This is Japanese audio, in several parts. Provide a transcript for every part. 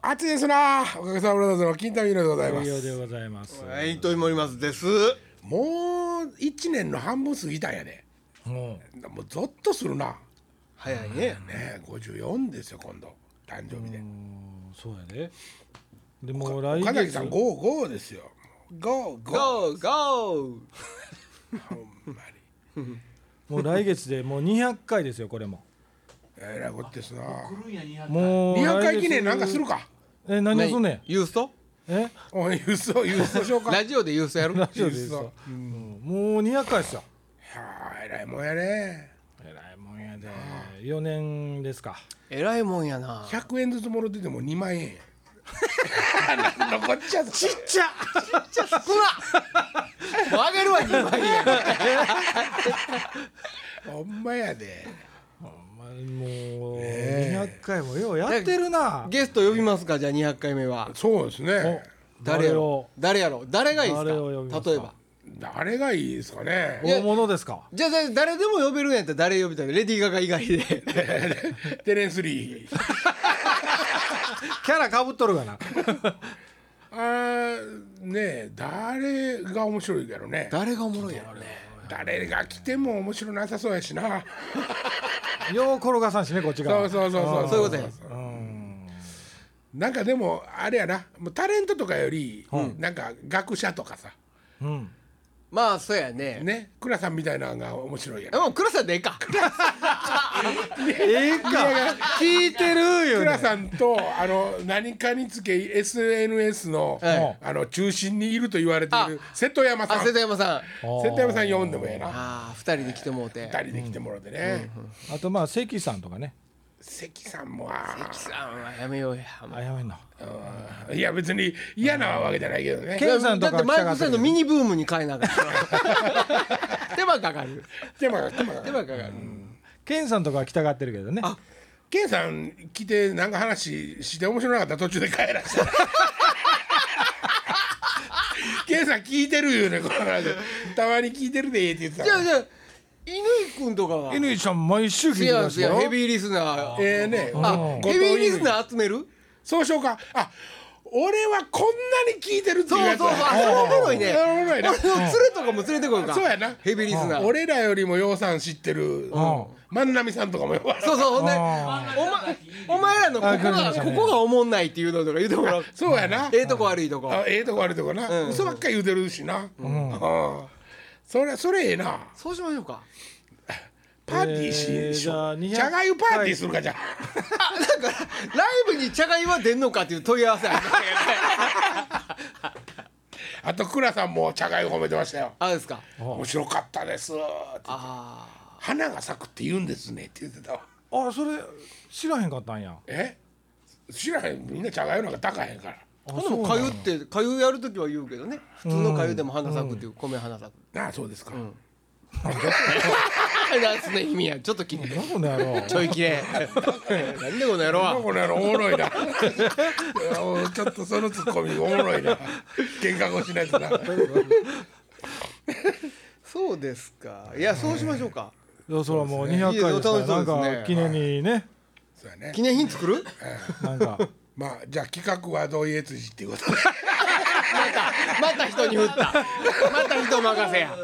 暑いですなおかげさまブラザーズの金田美濃でございま栄す養でございます。はい、糸井森松です。もう一年の半分過ぎたんやねももうゾッとするな早いね。ね54ですよ今度誕生日でうそうやで。でも来岡崎月さん55ですよ55ほ Go go。んまにもう来月でもう200回ですよこれも。えらいことですなもう200来回月記念なんかするかえ何をすんねん。ユースト？えおい郵送郵送し ようかラジオでユー ストやる？ラジオですそうよ。うんもう200回ですよ。はあえらいもんやねえらいもんやで。4年ですか。えらいもんやな。 100円ずつもろてても2万 円やなんのこっちゃちっちゃもうあげるわ二万 円。ほんまやでほんまにもう200回もようやってるな。ゲスト呼びますかじゃあ200回目は。そうですね誰やろ？誰やろ？誰がいいですか？誰を呼びますか例えば。誰がいいですかね大物ですか。じゃあじゃあ誰でも呼べるんやったら誰呼びたい？レディーガガ以外で。 テレンスリーキャラかぶっとる がな。あーねえ誰が面白いやろね誰がおもろいやろね。誰が来ても面白なさそうやしなよう転がさんしねこっちが。そうそうそうそうそういうことやうん。なんかでもあれやなもうタレントとかより、なんか学者とかさうん。まあそうやね。ね倉さんみたいなのが面白いやでろも倉さんでええか。ええか聞いてるよ倉ねさんとあの何かにつけ SNS の、はいあの中心にいると言われている瀬戸山さんあ瀬瀬戸山さん。戸山さん読んでもええなああ二人で来てもうて。二人で来てもらってね、あとまあ関さんとかね関さんもあーさんはやめようや。あやめんないや別に嫌なわけじゃないけどねケンさんとかだってマイクさんのミニブームに変えながら手間かかる手間が手間手が間かかるケンさんとかは来たがってるけどねケンさん来てなんか話して面白なかったら途中で帰ら せたケンさん聞いてるよねこの話たまに聞いてるでって言ってたじゃあじゃあ乾君とかは乾さん毎週聞いいてやまいすよやヘビーリスナーええねあ後ヘ藤ビー乾リスナー集めるそうしようかあ俺はこんなに聞いてるってそういうそうやつそうだあそれおもろいねあおもろいな俺の連れとかも連れてこようかそうやなヘビーリスナー俺らよりも洋さん知ってる万波さんとかもよそうそうほんでおあ前お前らのここあごめんながさいここがおもんないっていうのとか言うてもらうそうやなええとこ悪いとこあええとこ悪いとこな、嘘ばっかり言うてるしな、ああそれそれええなそうしましょうかパーティーし、えーじゃあ200茶がゆパーティーするかじゃあ、あだからライブに茶会は出んのかっていう問い合わせあるあと倉さんも茶がゆ褒めてましたよあですか面白かったですってああ花が咲くって言うんですねって言ってたわそれ知らへんかったんやえ知らへんみんな茶がゆなんか高へんからほんでもかゆってかゆやるときは言うけどね普通のかゆでも花咲くっていう米花咲くなあそうですか、あなんすね意味やちょっと切れどこの野 郎ちょい切れ なんでこの野郎なんはかこの野郎おもろいな いやもうちょっとそのツッコミおもろいな喧嘩腰しないとなそうですかいやそうしましょうかいやそれはもう200回ですからなんか記念にねそうやね記念品作るなんかまあじゃあ企画はどういうやつじっていうことでまた人に振ったまた人任せや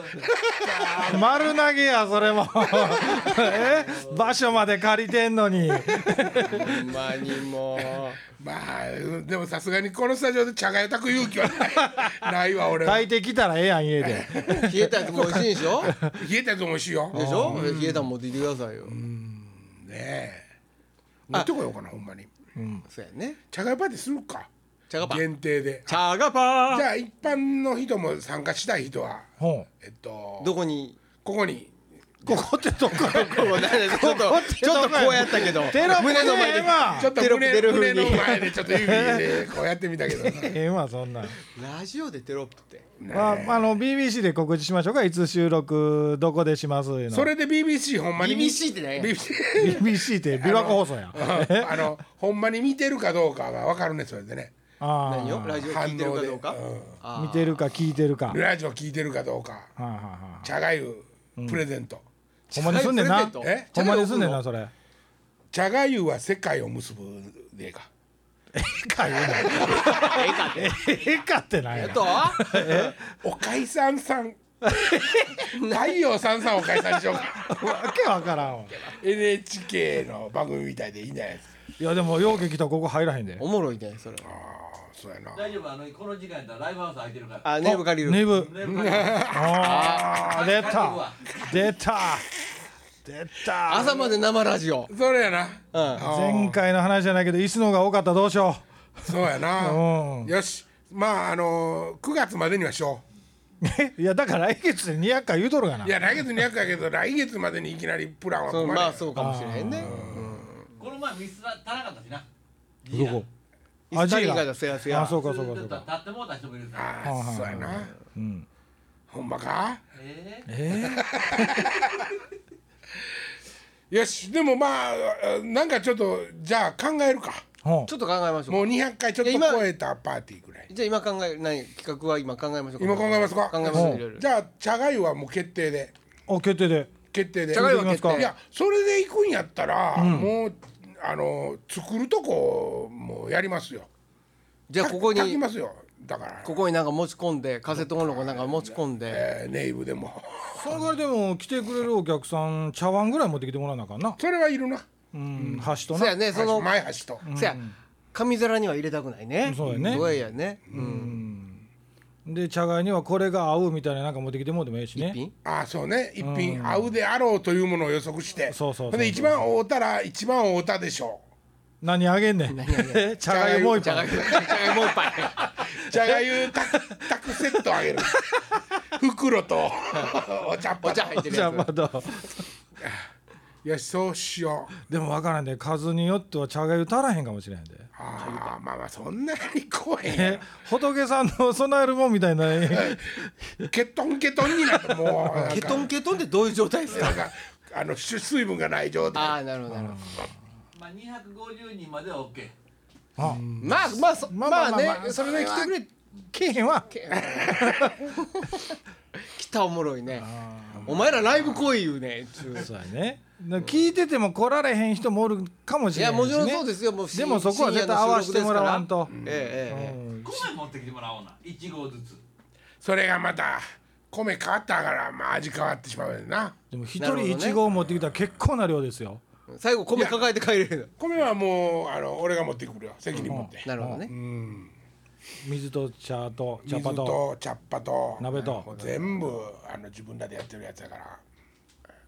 丸投げやそれも え場所まで借りてんのにほんまにもうまあでもさすがにこのスタジオで茶がゆたく勇気はないないわ俺は炊いてきたらええやん家 で冷えたやつも美味しいでしょ冷えたやつも美味しいよでしょ冷えたもん持ってきてくださいよねえ持ってこようかなほんまにそうやね茶がゆパーティーするか茶がパ限定で茶がパじゃあ一般の人も参加したい人はほえっとどこにここにうここってどこ やこうなんかちょっとちょっとこうやったけどテロップ胸の前ええでわちょっとテロップ胸出る風胸にの前でちょっと指でこうやってみた けどねええわそんなんラジオでテロップってまあ、あの BBC で告知しましょうかいつ収録どこでしますいうのそれで BBC ほんまに BBC って何や BBC BBC って琵琶湖放送やうん あのほんまに見てるかどうかが分かるねそれでねあ何よーラジオ聞いてるかどうか反応でうんあー見てるか聞いてるか、はいラジオ聞いてるかどうかはいはい茶がゆプレゼント、ほんまにすんねんなプレゼントえ ほんまにすんねんなそれ茶がゆは世界を結ぶでええかか言うなええかって。 ええかってなんえやっと、おかいさんさん太陽さんさんおかいさんでしょうかわけわからんわ NHK の番組みたいでいいんじゃないですかいやでもようけ来たらここ入らへんでおもろいね、それ。あそうやな大丈夫あのこの時間やったらライブハウス空いてるから。あ、ネーム借りネる。ブライブハあー出たあ出た出た朝まで生ラジオ。それやなうん。あー前回の話じゃないけど椅子の方が多かったどうしよそうやなうんよしまああのー、9月までにはしようえいやだから来月で200回言うとるがなういや来月200やけど来月までにいきなりプランはそ組のまれまへあんそうかもしれへんね。ウスこの前ミス足らなかったしな。どこうんアジーイスタリカラだせやせあやそうかそうかそう立かってもうた人もいるさ。あーそうやなうんほんまかえええーよしでもまああなんかちょっとじゃあ考えるかほちょっと考えましょもうう200回ちょっといや今超えたパーティーぐらいじゃあ今考えない企画は今考えましょうか今考えますか考えましょういろいろじゃあ茶がゆはもう決定でうあ決定で決定で茶がゆは決定いやそれで行くんやったら、もうあの作るとこもうやりますよじゃあここに書きますよだからここになんか持ち込んでカセット音楽なんか持ち込んでえーネイブでもそれからでも来てくれるお客さん茶碗ぐらい持ってきてもらわなあかんなそれはいるなうん箸とそやねねその前橋と、そや紙皿には入れたくないねそうやねどうやねうんで茶碗にはこれが合うみたいななんか持ってきてもらってもええし一ね品ああそうね一品合うであろうというものを予測してそうそうそうほんで一番合うたら一番合うたでしょ何あげんねん 茶碗もう一じゃが杯いもじゃがいもいっぱいうじゃがゆたたくセットあげる袋とお茶っ葉おと茶入ってる茶や碗つとよしそうしようでもわからんで数によっては茶がゆ足らへんかもしれへんでああまあまあそんなに怖いえ仏さんの備えるもんみたいな ケトンケトンになってもうなんかケトンケトンってどういう状態ですかなんかあのし水分がない状あ態あなるほどなるほどまあ250人までは OK。あまあまあそままああまあまあまあねそれで来てくれけえへんわ来たおもろいねお前らライブ来い言うねちゅうそうやねだから聞いてても来られへん人もおるかもしいれへやんし、ね、もちろんそうですよもうでもそこは絶対合わせてもらわんと、深夜の収録ですからええええええうん米持ってきてもらおうな。一合ずつ。それがまた米変わったから、まあ、味変わってしまうよなでも一なる人ほどねいちごを持ってきたら結構な量ですよ最後米抱えて帰れる米はもうあの俺が持ってくるよ責任持って、なるほどね水と茶と茶水葉とと茶っ葉と鍋と全部あの自分らでやってるやつだから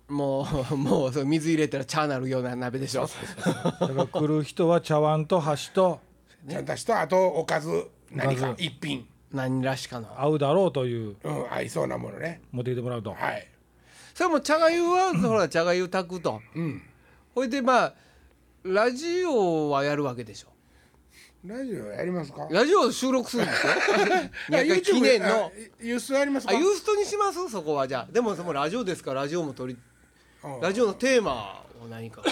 もう もうそう水入れたら茶なるような鍋 でしょだから来る人は茶碗と箸とちゃんとしたあとおかず何おかか一品、何らしかの合うだろうといううん、合いそうなものね持ってきてもらうとはいそれも茶がゆはほら茶がゆ炊くとうんほいでまあラジオはやるわけでしょラジオやりますかラジオ収録するんですよ あなんか記念のあユースやりますあかユーストにしますそこはじゃあでもそのラジオですからラジオも取りうんラジオのテーマを 何か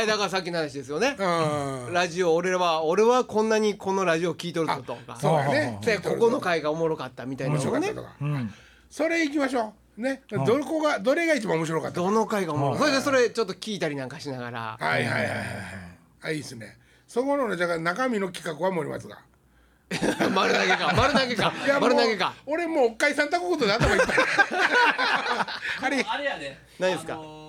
えだからさっきの話ですよねうんラジオ俺らは俺はこんなにこのラジオ聞いとるぞとかそうやうんうん ねうんでここの回がおもろかったみたいな面白のかをったねとかうんそれ行きましょうねどこがどれが一番面白かったかどの回がおもろいそれでそれちょっと聞いたりなんかしながら はいはいはいはいあいいですねそこのねじゃあ中身の企画は森松が丸投げか丸投げかいやもう丸投げか俺もうおっかいさんたくことで頭いっぱいあれあれやで。何ですかあのー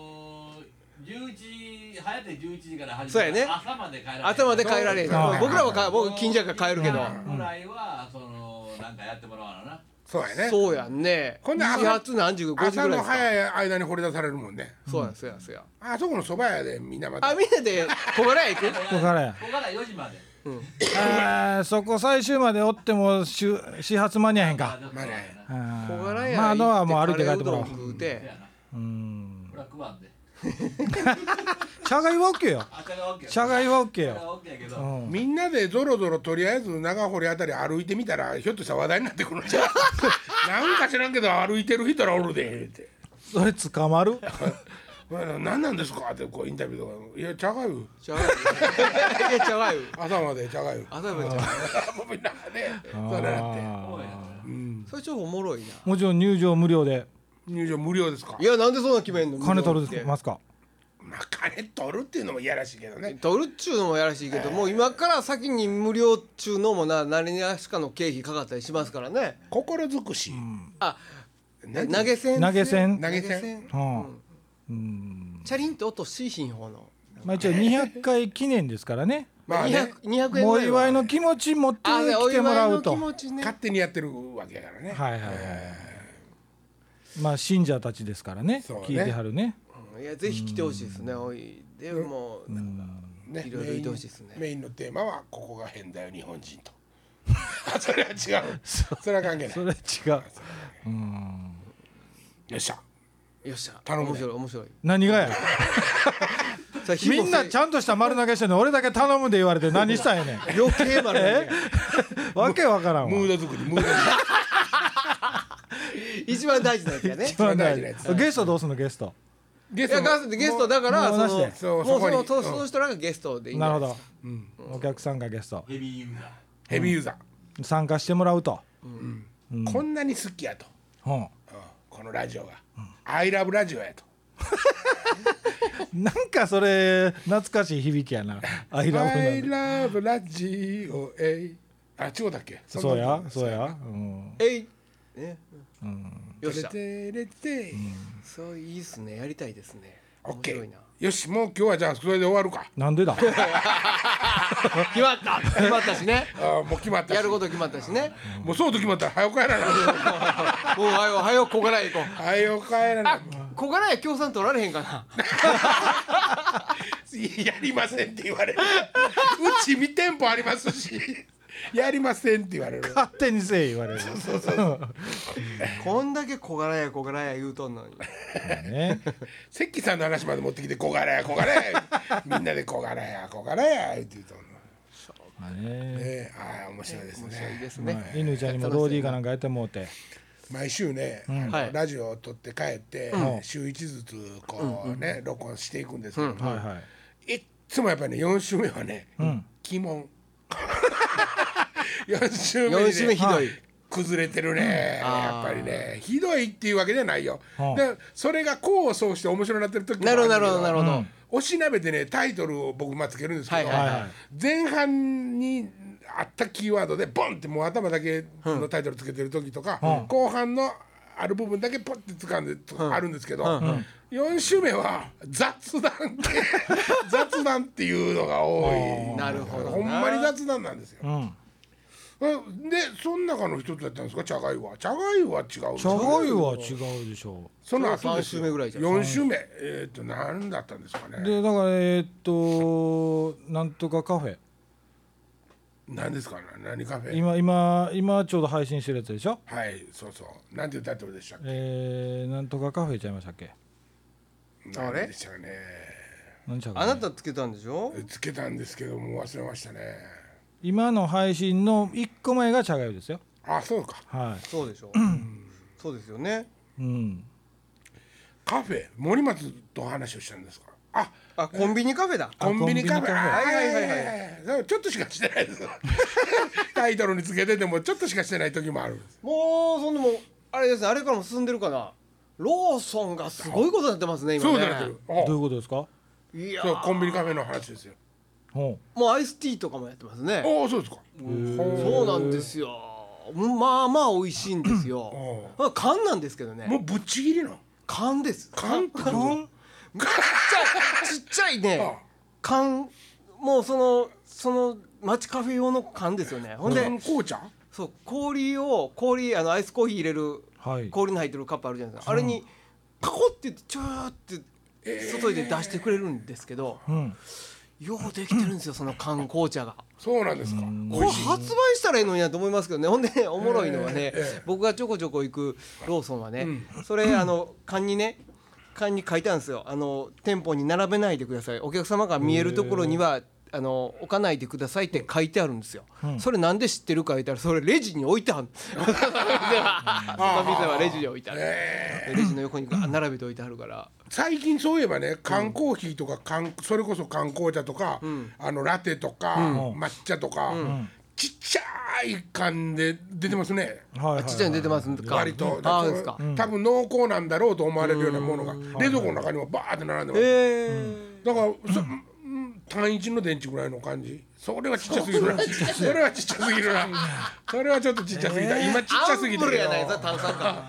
11時早くて11時から始そうめやて、ね朝まで帰らない頭で帰られるあー僕らはか僕近所から帰るけどぐらいはそのなんかやってもらわなな。そうやね そうやんねほんで朝始発何時5時朝ぐらのいですか早い間に掘り出されるもんねそうやそうやそうやあそこの蕎麦屋でみんなまたあみんなで小腹屋行くここからやここから4時まで。あーそこ最終までおってもしゅ始発間に合えへんかまねあー小柄やまああとはもう歩いて帰ってもらおう食うてうんブラックマンで。茶がいは OK よ赤が OK よ。茶がいは OK 茶よが OK やけうど。んみんなでぞろぞろとりあえず長堀あたり歩いてみたらひょっとしたら話題になってくるんちゃうなんか知らんけど歩いてる人らおるでってそれ捕まる「これ何なんですか?」ってこうインタビューとか「いや茶がゆちゃうやんいやちゃうわよ朝まで茶がゆ」朝までちゃうもうみんなねそうなってそうやなそれちょっとおもろいなもちろん入場無料で入場無料ですかいやなんでそんな決めんの金取るますかまあ金取るっていうのもいやらしいけどね取るっちゅうのもやらしいけど、もう今から先に無料っちゅうのもな何がしかの経費かかったりしますからね心尽くし、あな投げ銭投げ銭投げ投げ銭銭うんチャリンと落としひん方のまあ一応200回記念ですからねまあね200 200円ぐらいもはうお祝いの気持ち持ってあきおても祝らいうのと気は持ちね勝手にやってるわけやからね、いはいはいまあ信者たちですからねそうね聞いてはるねいやぜひ来てほしいですねおいでもうねいろいろ言ってほしいですねメインメインのテーマはここが変だよ日本人 とあそれは違うそれは関係ないそよれは違ううんっしゃよっしゃ頼む面ね白い面白い何がやさあひもみんなせちゃんとした丸投げしてんの俺だけ頼むで言われて何したんやねん余計丸投 げわけわからんわムード作りムード作一番大事なやつやね一番大一番大事事なやゲストどうすんのゲストりゲ いやガスゲストだからもそうのもうなしでそうもうそのそこそにその人らがゲストでいいんじなゃるなほいですどお客さんがゲストヘビーユーザーヘビーユーザ参加してもらうとー、こんなに好きやと、うんう んこのラジオが「アイラブラジオ」やとなんかそれ懐かしい響きやな「アイ「ラブアなイんでラブラジオ」えいあ違うだっけんなそうやそうやうんえいねよっしゃてれてそういいっすねやりたいですねオッ面ケ白いーなよしもう今日はじゃあそれで終わるかなんでだ 決まった決まったしねあーもう決まったしやること決まったしねもうそうと決まったら早く帰らな もうはよはよこがらへ行こう早く帰らなあこがらや共産取られへんかな やりませんって言われるうち未店舗ありますしやりませんって言われる勝手にせえ言われるこんだけ小柄や小柄や言うとんのに ね関さんの話まで持ってきて「小柄や小柄や」みんなで「小柄や小柄や」って言うとんのまあねええああ面白いです面白いねですね、犬ちゃんにもローディーかなんかやってもうて毎週ね、あのはいラジオを撮って帰って、週一ずつこうね、録音していくんですけども、はいはいいっつもやっぱりね4週目はね、鬼 門4週目に、ね、四週目ひどい崩れてるねやっぱりねひどいっていうわけじゃないよ、はあでそれが功を奏して面白くなってる時もあなるほどんだなけるほどなるほど、おしなべてねタイトルを僕まあつけるんですけど、はいはいはいはい前半にあったキーワードでボンってもう頭だけのタイトルつけてる時とか、後半のある部分だけポッて掴んでとかあるんですけど、4週目は雑談って 雑談っていうのが多いなるほどなほんまに雑談なんですよ。うんでその中の一つだったんですか茶がゆは茶がゆは違う茶がゆは違うでしょその後です三週目ぐらいじゃん4週目えーっと何だったんですかねでだからえーっとなんとかカフェ何ですかね何カフェ今今今ちょうど配信してるやつでしょはいそうそうなんていうタイトルでしたっけえー、なんとかカフェちゃいましたっけあれでしたかね何でしたっけあなたつけたんでしょつけたんですけどもう忘れましたね今の配信の一個前が茶がゆですよあそうかはそうでしょそうですよねいうんカフェ森松とお話をしたんですかああコンビニカフェだコンビニカフェコンビニカフェはいはいはいはいはいはいちょっとしかしてないです タイトルにつけててもちょっとしかしてない時もあるんですもうそんなもうあれですねあれからも進んでるかなローソンがすごいことになってますね今そねうなってるあどういうことですかいやそうコンビニカフェの話ですよほもうアイスティーとかもやってますねおおそうですかそうなんですよまあまあ美味しいんですよまあ缶なんですけどねもうぶっちぎりの缶です缶缶めっちゃちっちゃいね缶もうそのその街カフェ用の缶ですよねほんで缶紅茶そう氷を氷あのアイスコーヒー入れるうはい氷の入ってるカップあるじゃないですかあれにパコってチューって外で出してくれるんですけどうんようできてるんですよその缶紅茶が。そうなんですかこれ発売したらいいのになと思いますけどねほんでねおもろいのはね、僕がちょこちょこ行くローソンはね、それあの缶にね缶に書いてあるんですよあの店舗に並べないでくださいお客様が見えるところにはあの置かないでくださいって書いてあるんですよ、それなんで知ってるか言ったらそれレジに置いてある その店はレジに置いてある、レジの横に並べて置いてあるから最近そういえばね缶コーヒーとか缶、それこそ缶紅茶とか、あのラテとか、抹茶とか、ちっちゃい缶で出てますねはいはいはいちっちゃいの出てますか割とあそうですか、多分濃厚なんだろうと思われるようなものが冷蔵庫の中にもバーって並んでます、えだからそうん単一の電池ぐらいの感じそれはちっちゃすぎるなそれはちっちゃすぎるなそれはちょっとちっちゃすぎた今ちっちゃすぎてアンるブルよやないですか炭酸感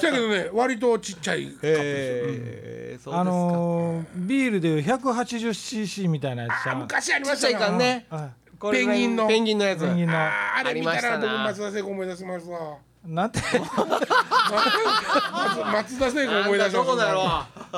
そやけどね割とちっちゃいカップですよえーそうですか、あのービールでいう 180cc みたいなやつじゃあん昔ありちまっしちゃたい缶なねはこれぐらいペンギンのペンギンのやいつペンギンのあーあれ見たら僕ありましたな松田聖子思い出しますわなんて 松松田聖子思い出しどまこすだろわう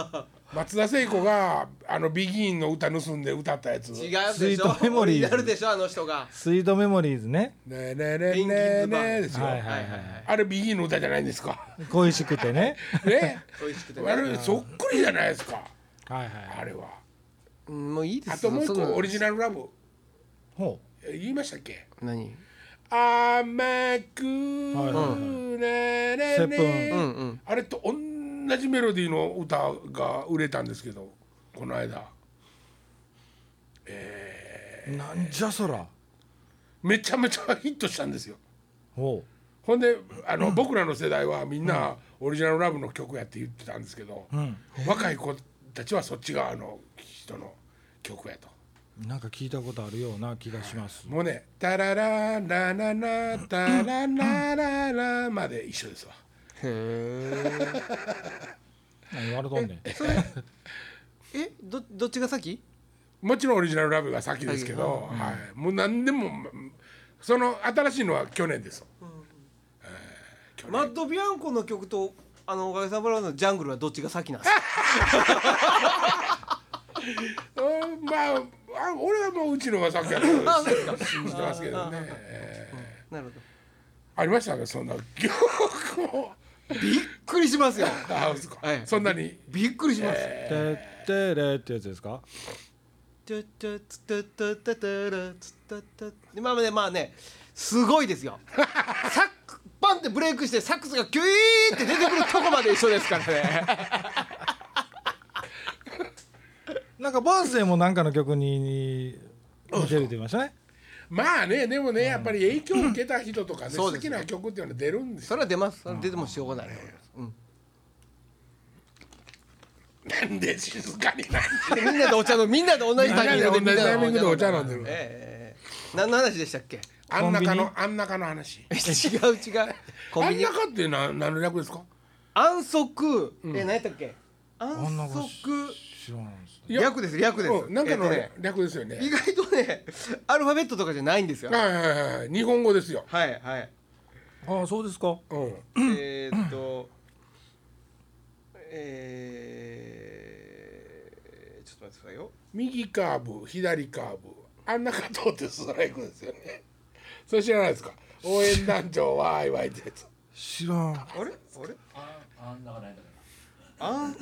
松田聖子があのビギンの歌盗んで歌ったやつ違うねスイでしーょトメモリーズオリジナルでしょあの人がスイートメモリーズねえねえねペえンギンねズえバーねえですよはいはいはいはいはいあれビギンの歌じゃないんですか恋しくてねね 美味しくてあねれそっくりじゃないですかはいはいあれはうんもういいですあともう一その個オリジナルラブほえ言いましたっけ何甘くはいねセねブうねんうんあれと同じメロディーの歌が売れたんですけどこの間うなんじゃそらめちゃめちゃヒットしたんですよほうほんであの僕らの世代はみんなオリジナルラブの曲やって言ってたんですけど、若い子たちはそっち側の人の曲やと。なんか聞いたことあるような気がしますもうね「タラララララタララララ」まで一緒ですわへ何言われとんねんええどどっちが先もちろんオリジナルラブが先ですけど、はいもう何でもその新しいのは去年です、マッドビアンコの曲とあのおかげさまのジャングルはどっちが先なんですかうん、まああ俺はもううちのが先やと信じてますけどね、えーなるほありましたねそんな曲もどびっくりしますよあそうですか、はいそんなにびっくりしま「す、てってれ」ってやつですかちょちょつたたたたらつたたでまあねまあねすごい ですよサックバンってブレイクしてサックスがキュイーって出てくるとこまで一緒ですからねなんかバースデーもなんかの曲に似てるって言いましたねまあねでもねやっぱり影響を受けた人とかね、そう好ですきねな曲っていうのは出るんです そよれは出ますそれは出てもしょうがないと思います、うん、なんで静かになんでみんなでお茶のみんなで同じタイミングでみんなで同じタイミングでお茶飲んでるええええ何の話でしたっけあん中のあん中の話違う違うコあンんビニ中ってな何の略ですか安息、え何やったっけあんな安こと息知らないですいや略です略です、うんなんかのえっねと略ですよね意外とねアルファベットとかじゃないんですよはいはいはい日本語ですよ、はいはいああそうですかうん、えーっと、えー、ちょっと待ってくださいよ。右カーブ左カーブあん中通ってストライクですよねそれ知らないですか応援団長はワイワイってやつ知らんあれあれあんながないだからあん、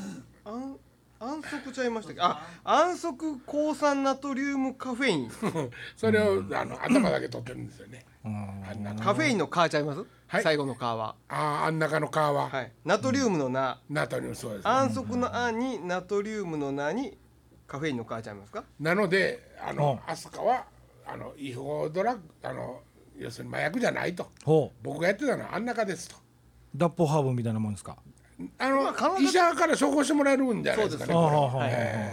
あん、安息ちゃいましたっけあ、安息抗酸ナトリウムカフェイン。それをあの頭だけ取ってるんですよねあん中カフェインのカーちゃいます、はい最後のカーは。あーあん中の川は、はい。ナトリウムのな、ナトリウムそうです、ね、安息のあに、ナトリウムのなに、カフェインのカーちゃいますかなのであの、アスカはあの違法ドラッグあの要するに麻薬じゃないとほ僕がやってたのはあん中ですとう脱法ハーブみたいなもんですかあの、まあ可能だ医者から処方してもらえるんじゃないですかねそこれはああはいはいはい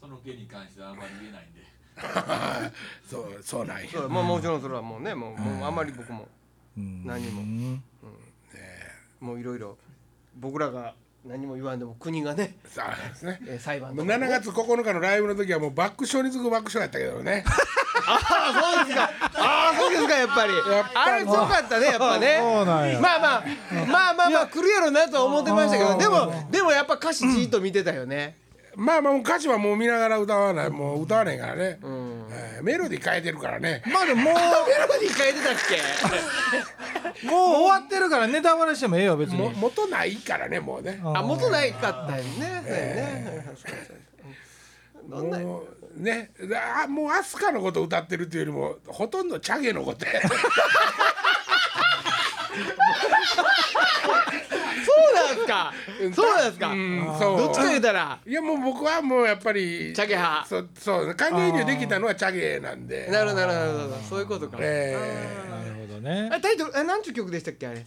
その件に関してはあんまり言えないんでそうそうなんやそうまあもちろんそれはもうね、もう、もうあんまり僕も、何も。うんもういろいろ僕らが何も言わんでも国がね、そうなんですねえー、裁判の7月9日のライブの時はもう爆笑に次ぐ爆笑やったけど ねああそうですかああそうですかやっぱりあれすごかったねやっぱねそうなんやまあまあまあまあまあ来るやろなとは思ってましたけどでもでもやっぱ歌詞じーっと見てたよね、まあまあもう歌詞はもう見ながら歌わないもう歌わないからね、えーメロディー変えてるからねまあでももうメロディー変えてたっもう終わってるからネタバレしてもええよ別にも元ないからねもうねけあ元ないかったよね,、ねどんなもうねあもうアスカのこと歌ってるっていうよりもほとんどチャゲのことやそうなんですか そうなんですかうんそうどっちか言うたらいやもう僕はもうやっぱりチャゲ派そうそう完全移入できたのはチャゲなんでなるほどなるほどなるほどそういうことかえなるほどねあタイトルあ何ちゅう曲でしたっけあれ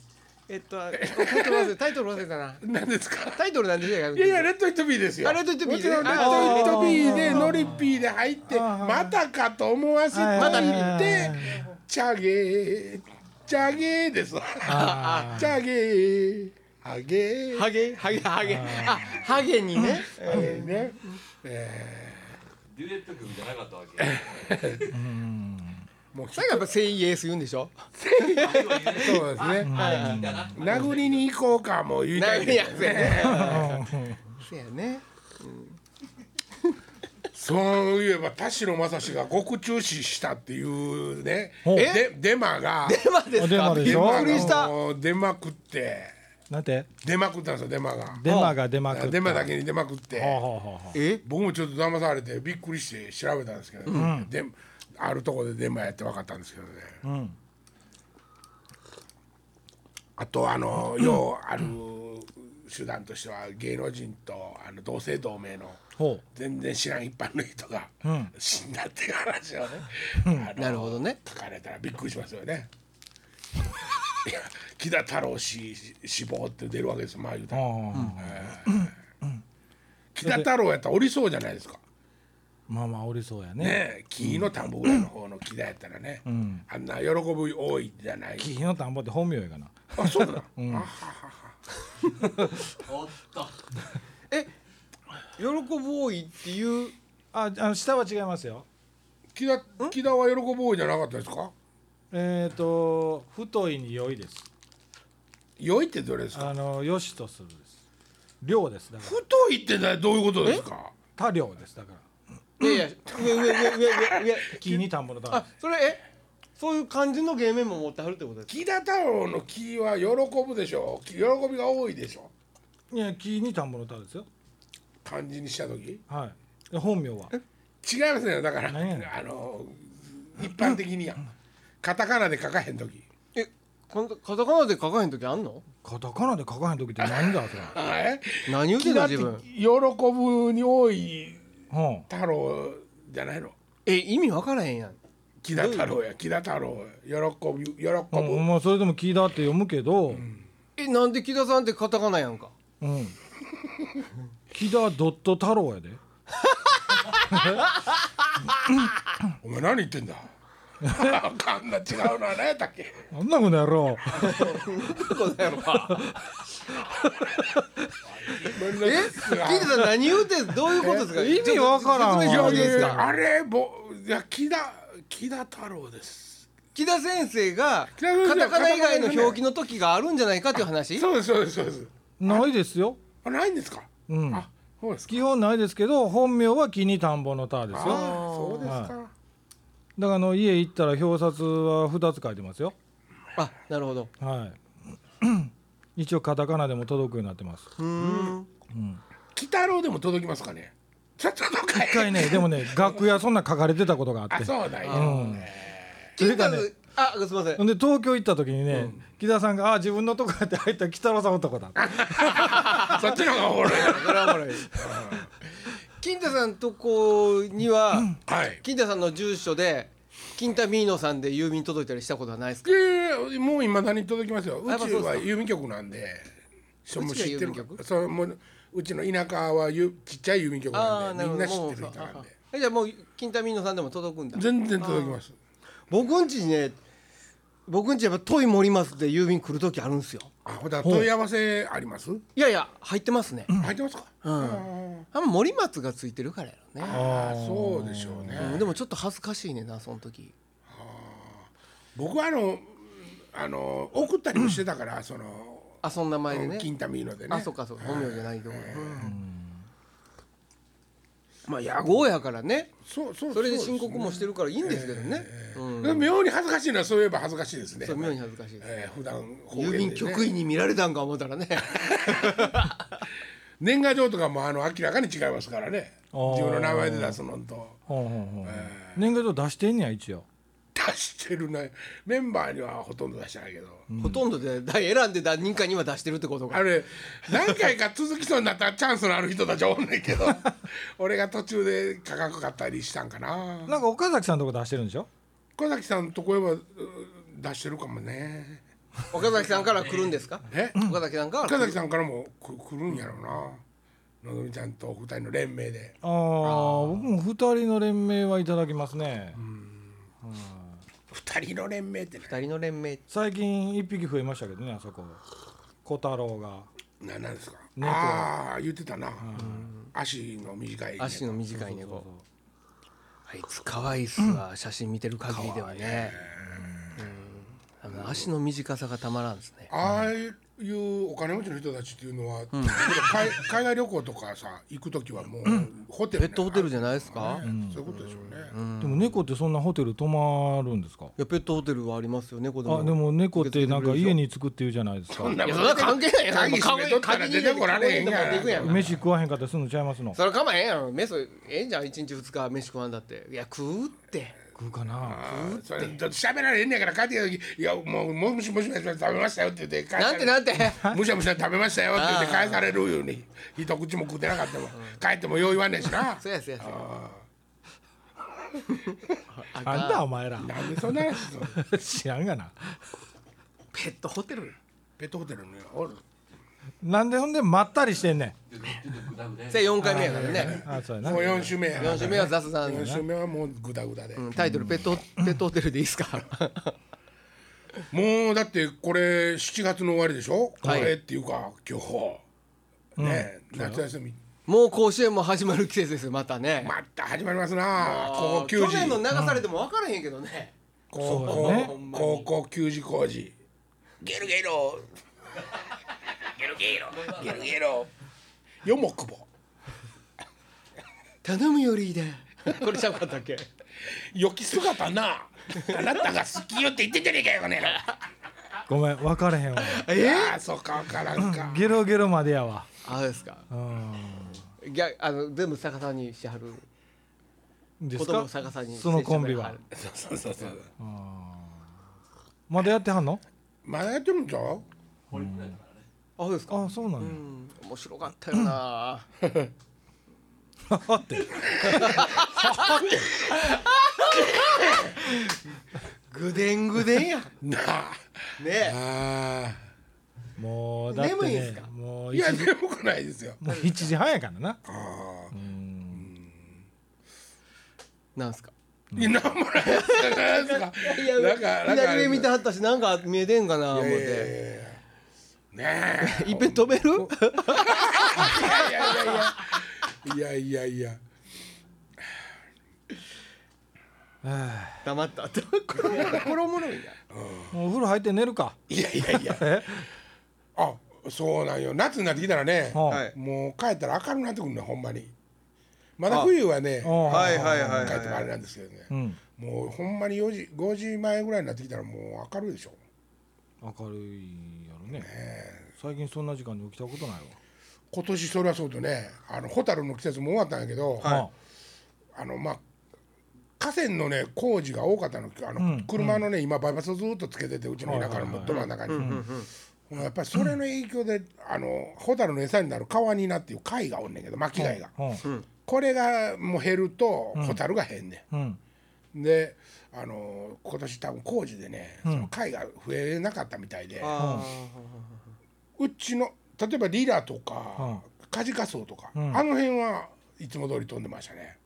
えっとあタイトル忘れタイトル忘れたなー、何ですかタイトルなんでしたっいけやいやレッド・イット・ビーですよあレッドイットビもーねちろんレッド・イット・ビーでノリピーで入ってまたかと思わせといまたてチャゲーチャゲーですあチャゲーハゲーハゲハゲハゲあハゲにねハゲーねデュエット曲じゃなかったわけ。もうひそれがやっぱ「セイエース」言うんでしょそうですねはいはいだな。殴りに行こうかもう言いたい何やですせねせやねそういえば田代正史が獄中死したっていうねほうでデマがデマですかデマでしょびっくりしたもう出まくってなんて出まくったんですよデマがデマが出まくったデマだけに出まくってほうほうほうほうえ僕もちょっと騙されてびっくりして調べたんですけど、であるとこでデマやって分かったんですけどね、んあとあのようある手段としては芸能人とあの同姓同名のほ全然知らん一般の人が死んだっていう話をね、あのなるほどね書かれたらびっくりしますよね。いや木田太郎氏死亡って出るわけですまあ言うたうらほう木田太郎やったらおりそうじゃないですか。まあまあおりそうやねねえ木の田んぼぐらいの方の木だやったらね、あんな喜ぶ多いじゃない木の田んぼって本名やがなあそうだ、あ おっと。喜ぶ多いっていうああの下は違いますよ 木田木田は喜ぶ多いじゃなかったですかえっと太いに良いです良いってどれですかあの良しとするです量ですだから太いってなどういうことですか多量ですだからいやいや上上上上上上木に田んぼの田んぼあそれえそういう感じの芸名も持ってはるってことですか木田太郎の木は喜ぶでしょ喜びが多いでしょいや木に田んぼの田ですよ漢字にした時違いはい本名はますねだから何やねんあの一般的にやカタカナで書かへん時えカタカナで書かへん時あんのカタカナで書かへん時って何だそれはい何言うて木んの田って自喜分ぶに多いうん太郎じゃないのえ意味分からへんやん木田太郎や木田太郎喜ぶ喜ぶ、うん、まあそれでも「木田」って読むけど「うんえなんで木田さんってカタカナや んか木田ドット太郎」やでお前何言ってんだあかんな違うのは何やったっけなんだこの野郎え木田さん何言うてんどういうことですか意味わからんわちょっと説明してもらっていいですいやいやいかあれぼいや木田木田太郎です木田先生が木田先生カはタカナ以外の表記の時があるんじゃないかっていう話そうですそうですそうですないですよ、あないんですかうん、あそうですか基本ないですけど本名は「木に田んぼの田」であすよだかそうですからあの家行ったら表札は2つ書いてますよあなるほどはい 一応カタカナでも届くようになっ てますうーん木太郎でも届きますかねちょっとどうかい一回ねでもね楽屋そんな書かれてたことがあってあそうだうよんそれ木が田ねあすいませんほんで東京行った時にね、木田さんが「あ自分のとこや」って入った木太郎さんおったことあったそっちの方がおもろいそれはおもろい金太さんとこにははい金太さんの住所で金太ミーノさんで郵便届いたりしたことはないですかでもういまだに届きますよや宇っぱそう宙ですかは郵便局なんでそれも知ってるうちが郵便局そうもううちの田舎はゆちっちゃい郵便局あなあんなでるみほんどな知ってるもう人なんであじゃあもう金太ミーノさんでも届くんだ全然届きます僕んちね僕んちやっぱ「トイ盛ります」で郵便来る時あるんですよあほだ問い合わせありますいやいや入ってますね、入ってますかうんあんま森松がついてるからやろね、ああそうでしょううんねでもちょっと恥ずかしいねんなその時僕はあのあの送ったりもしてたからそのあそんな前でね金ミーノでねあそうかそうか本名じゃないと思う、まあ野豪やからねそうそうそれでうすね申告もしてるからいいんですけどね、うんうん妙に恥ずかしいのはそういえば恥ずかしいですねそう妙に恥ずかしい、えー普段方言郵でね便局員に見られたんか思ったらね年賀状とかもあの明らかに違いますからねあー自分の名前で出すのとほんほんほん年賀状出してんねや一応出出してるねメンバーにはほとんど出してないけど、ほとんどでだ選んで何人かには出してるってことあかれ何回か続きそうになったらチャンスのある人たちはおんねんけど俺が途中で価格買ったりしたんかななんか岡崎さんのとこ出してるんでしょ小崎さんとこへはうん出してるかもね岡崎さんから来るんですかえ岡崎さんから岡来る崎さんからもく来るんやろうなのぞみちゃんとお二人の連名でああ僕も二人の連名はいただきますね二人の連名って二人の連名最近一匹増えましたけどねあそこ小太郎がななんですか猫ああ言ってたな、足の短い、ね、足の短い猫あいつ可愛いっすわ、写真見てる限りではねうんあの足の短さがたまらんですねああいうお金持ちの人たちっていうのは、例えば海海外旅行とかさ行く時はもう、ホテルペね、ットホテルじゃないですか、ねそういうことでしょうね、でも猫ってそんなホテル泊まるんですかいやペットホテルはありますよ猫でもあでも猫ってなんか家にに着くっていうじゃないですかそんないやもそんれは関係ないやん会議閉めとったら出てこられへんや鍵入れんて鍵入れて飯食わへんかったらすんのちゃいますのそれかまへんやろメソええんじゃん一日二日飯食わんだっていや食うって食うかなあーそれだって喋られへんねやから帰ってきた時「いやもうもしもしもし食べましたよ」って言って返さなんれてるなんてむしゃむしゃ食べましたよ」って言って返されるように一口も食ってなかったもん帰ってもよう言わねえしなそうやそうやそうやあんだお前らなんでそんな話すんの知らんがなペットホテルペットホテルにおるなんでほんでまったりしてんねんそれ四回目やからねあそうやなもう4週目や四週目は雑談4週目はもうグダグダで、うんタイトルペットペットホテルでいいですかもうだってこれ7月の終わりでしょ、はいこれっていうか今日ね、夏休みもう甲子園も始まる季節ですよまたねまた始まりますな高校球去児年の流されても分からへんけどね高そう校、だね高校球児工事ゲルゲロゲルゲロゲルゲロよもくぼ頼むよリーダーこれちゃうかったっけよき姿なあなたが好きよって言ってんじゃねえかよこの野郎ごめん分からへんわえあーそうかわからんかゲロゲロまでやわあれですかいやあの全部逆さにしはるです子供かを逆さにそのコンビはそうそうそうそうまだやってはんのまだやってるんちゃうあそうですかあそうなんやうん面白かったよなあってぐでんぐでんやなあねあもうだって眠いんすねかもうーいや1でもくないですよもう一時半やからなあなんすかーいやなんもないですなんかいやなんかなんか左上見てはったしなんか見えてんかな思っいやいやていやねえ いっぺん止めるいやいやいや黙った これこれおも ろいなもうお風呂入って寝るかいやいやいやえあそうなんよ夏になってきたらね、ははいもう帰ったら明るくなってくるねほんまにまだ冬はねははいは帰ってもあれなんですけどね、んもうほんまに4時5時前ぐらいになってきたらもう明るいでしょ明るいやろね最近そんな時間に起きたことないわ今年それはそうとねあのホタルの季節も終わったんやけど、はあのまあ河川のね工事が多かったのあの、車のね今バイパスをずっとつけててうちの田舎のど真ん中に、もうやっぱりそれの影響で、あのホタルの餌になるカワニナっていう貝がおんねんけど巻き貝が、うんこれがもう減ると、ホタルが減んねんうんであの今年多分工事でね、その貝が増えなかったみたいであうちの例えばリラとか、カジカソウとか、あの辺はいつも通り飛んでましたね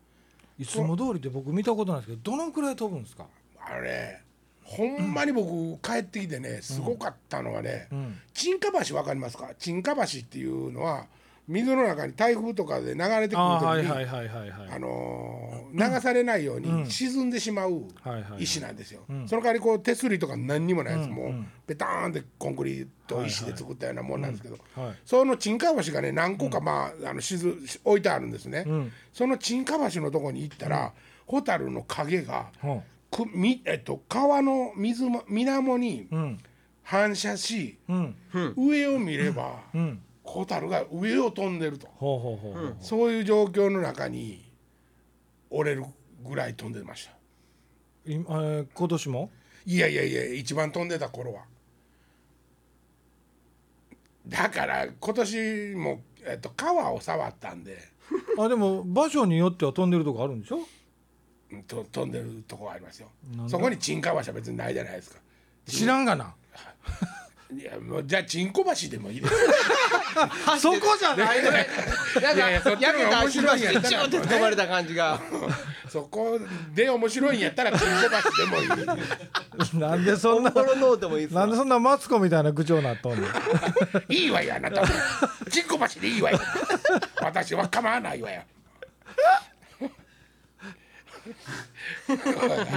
いつも通りで僕見たことないですけどどのくらい飛ぶんですかあのねほんまに僕帰ってきてねすごかったのはね、沈下橋わかりますか沈下橋っていうのは水の中に台風とかで流れてくる時にああ、ーはいはいはいはいはいのー流されないように沈んでしまうはいはい石なんですよ、その代わりこう手すりとか何にもないです、もうペターンってコンクリート石で作ったようなもんなんですけど、はいその沈下橋がね何個か、まああの沈置いてあるんですね、その沈下橋のとこに行ったらホタルの影が、うんくみえっと、川の水も水面にうん反射し、うん上を見れば、んホタルが上を飛んでると、ほうほうほうほうそういう状況の中に折れるぐらい飛んでましたいえー今年もいやいやいや一番飛んでた頃はだから今年も、えっと、川を触ったんであでも場所によっては飛んでるとこあるんでしょうんと飛んでるとこはありますよなんでそこに沈下橋は別にないじゃないですか知らんがない やもうじゃあ沈下橋でもいいですそこじゃない のなんいやいやそかっ焼ちけの方が面白た足いんや橋でチューって掴まれた感じ がそこで面白いんやったら沈下橋でもいいなんでそんな心のでもいいですなんでそんなマツコみたいな口調になっ とんのいいわよあなた はちっこばしでいいわよ私は構わないわよ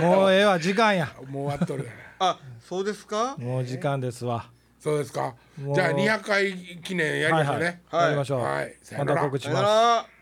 もうええわ時間やもう終わっとるやなあそうですかもう時間ですわそうですかもうじゃあ200回記念やりましょうねはいはいやりましょうはいさよまなたら告知しさよなますら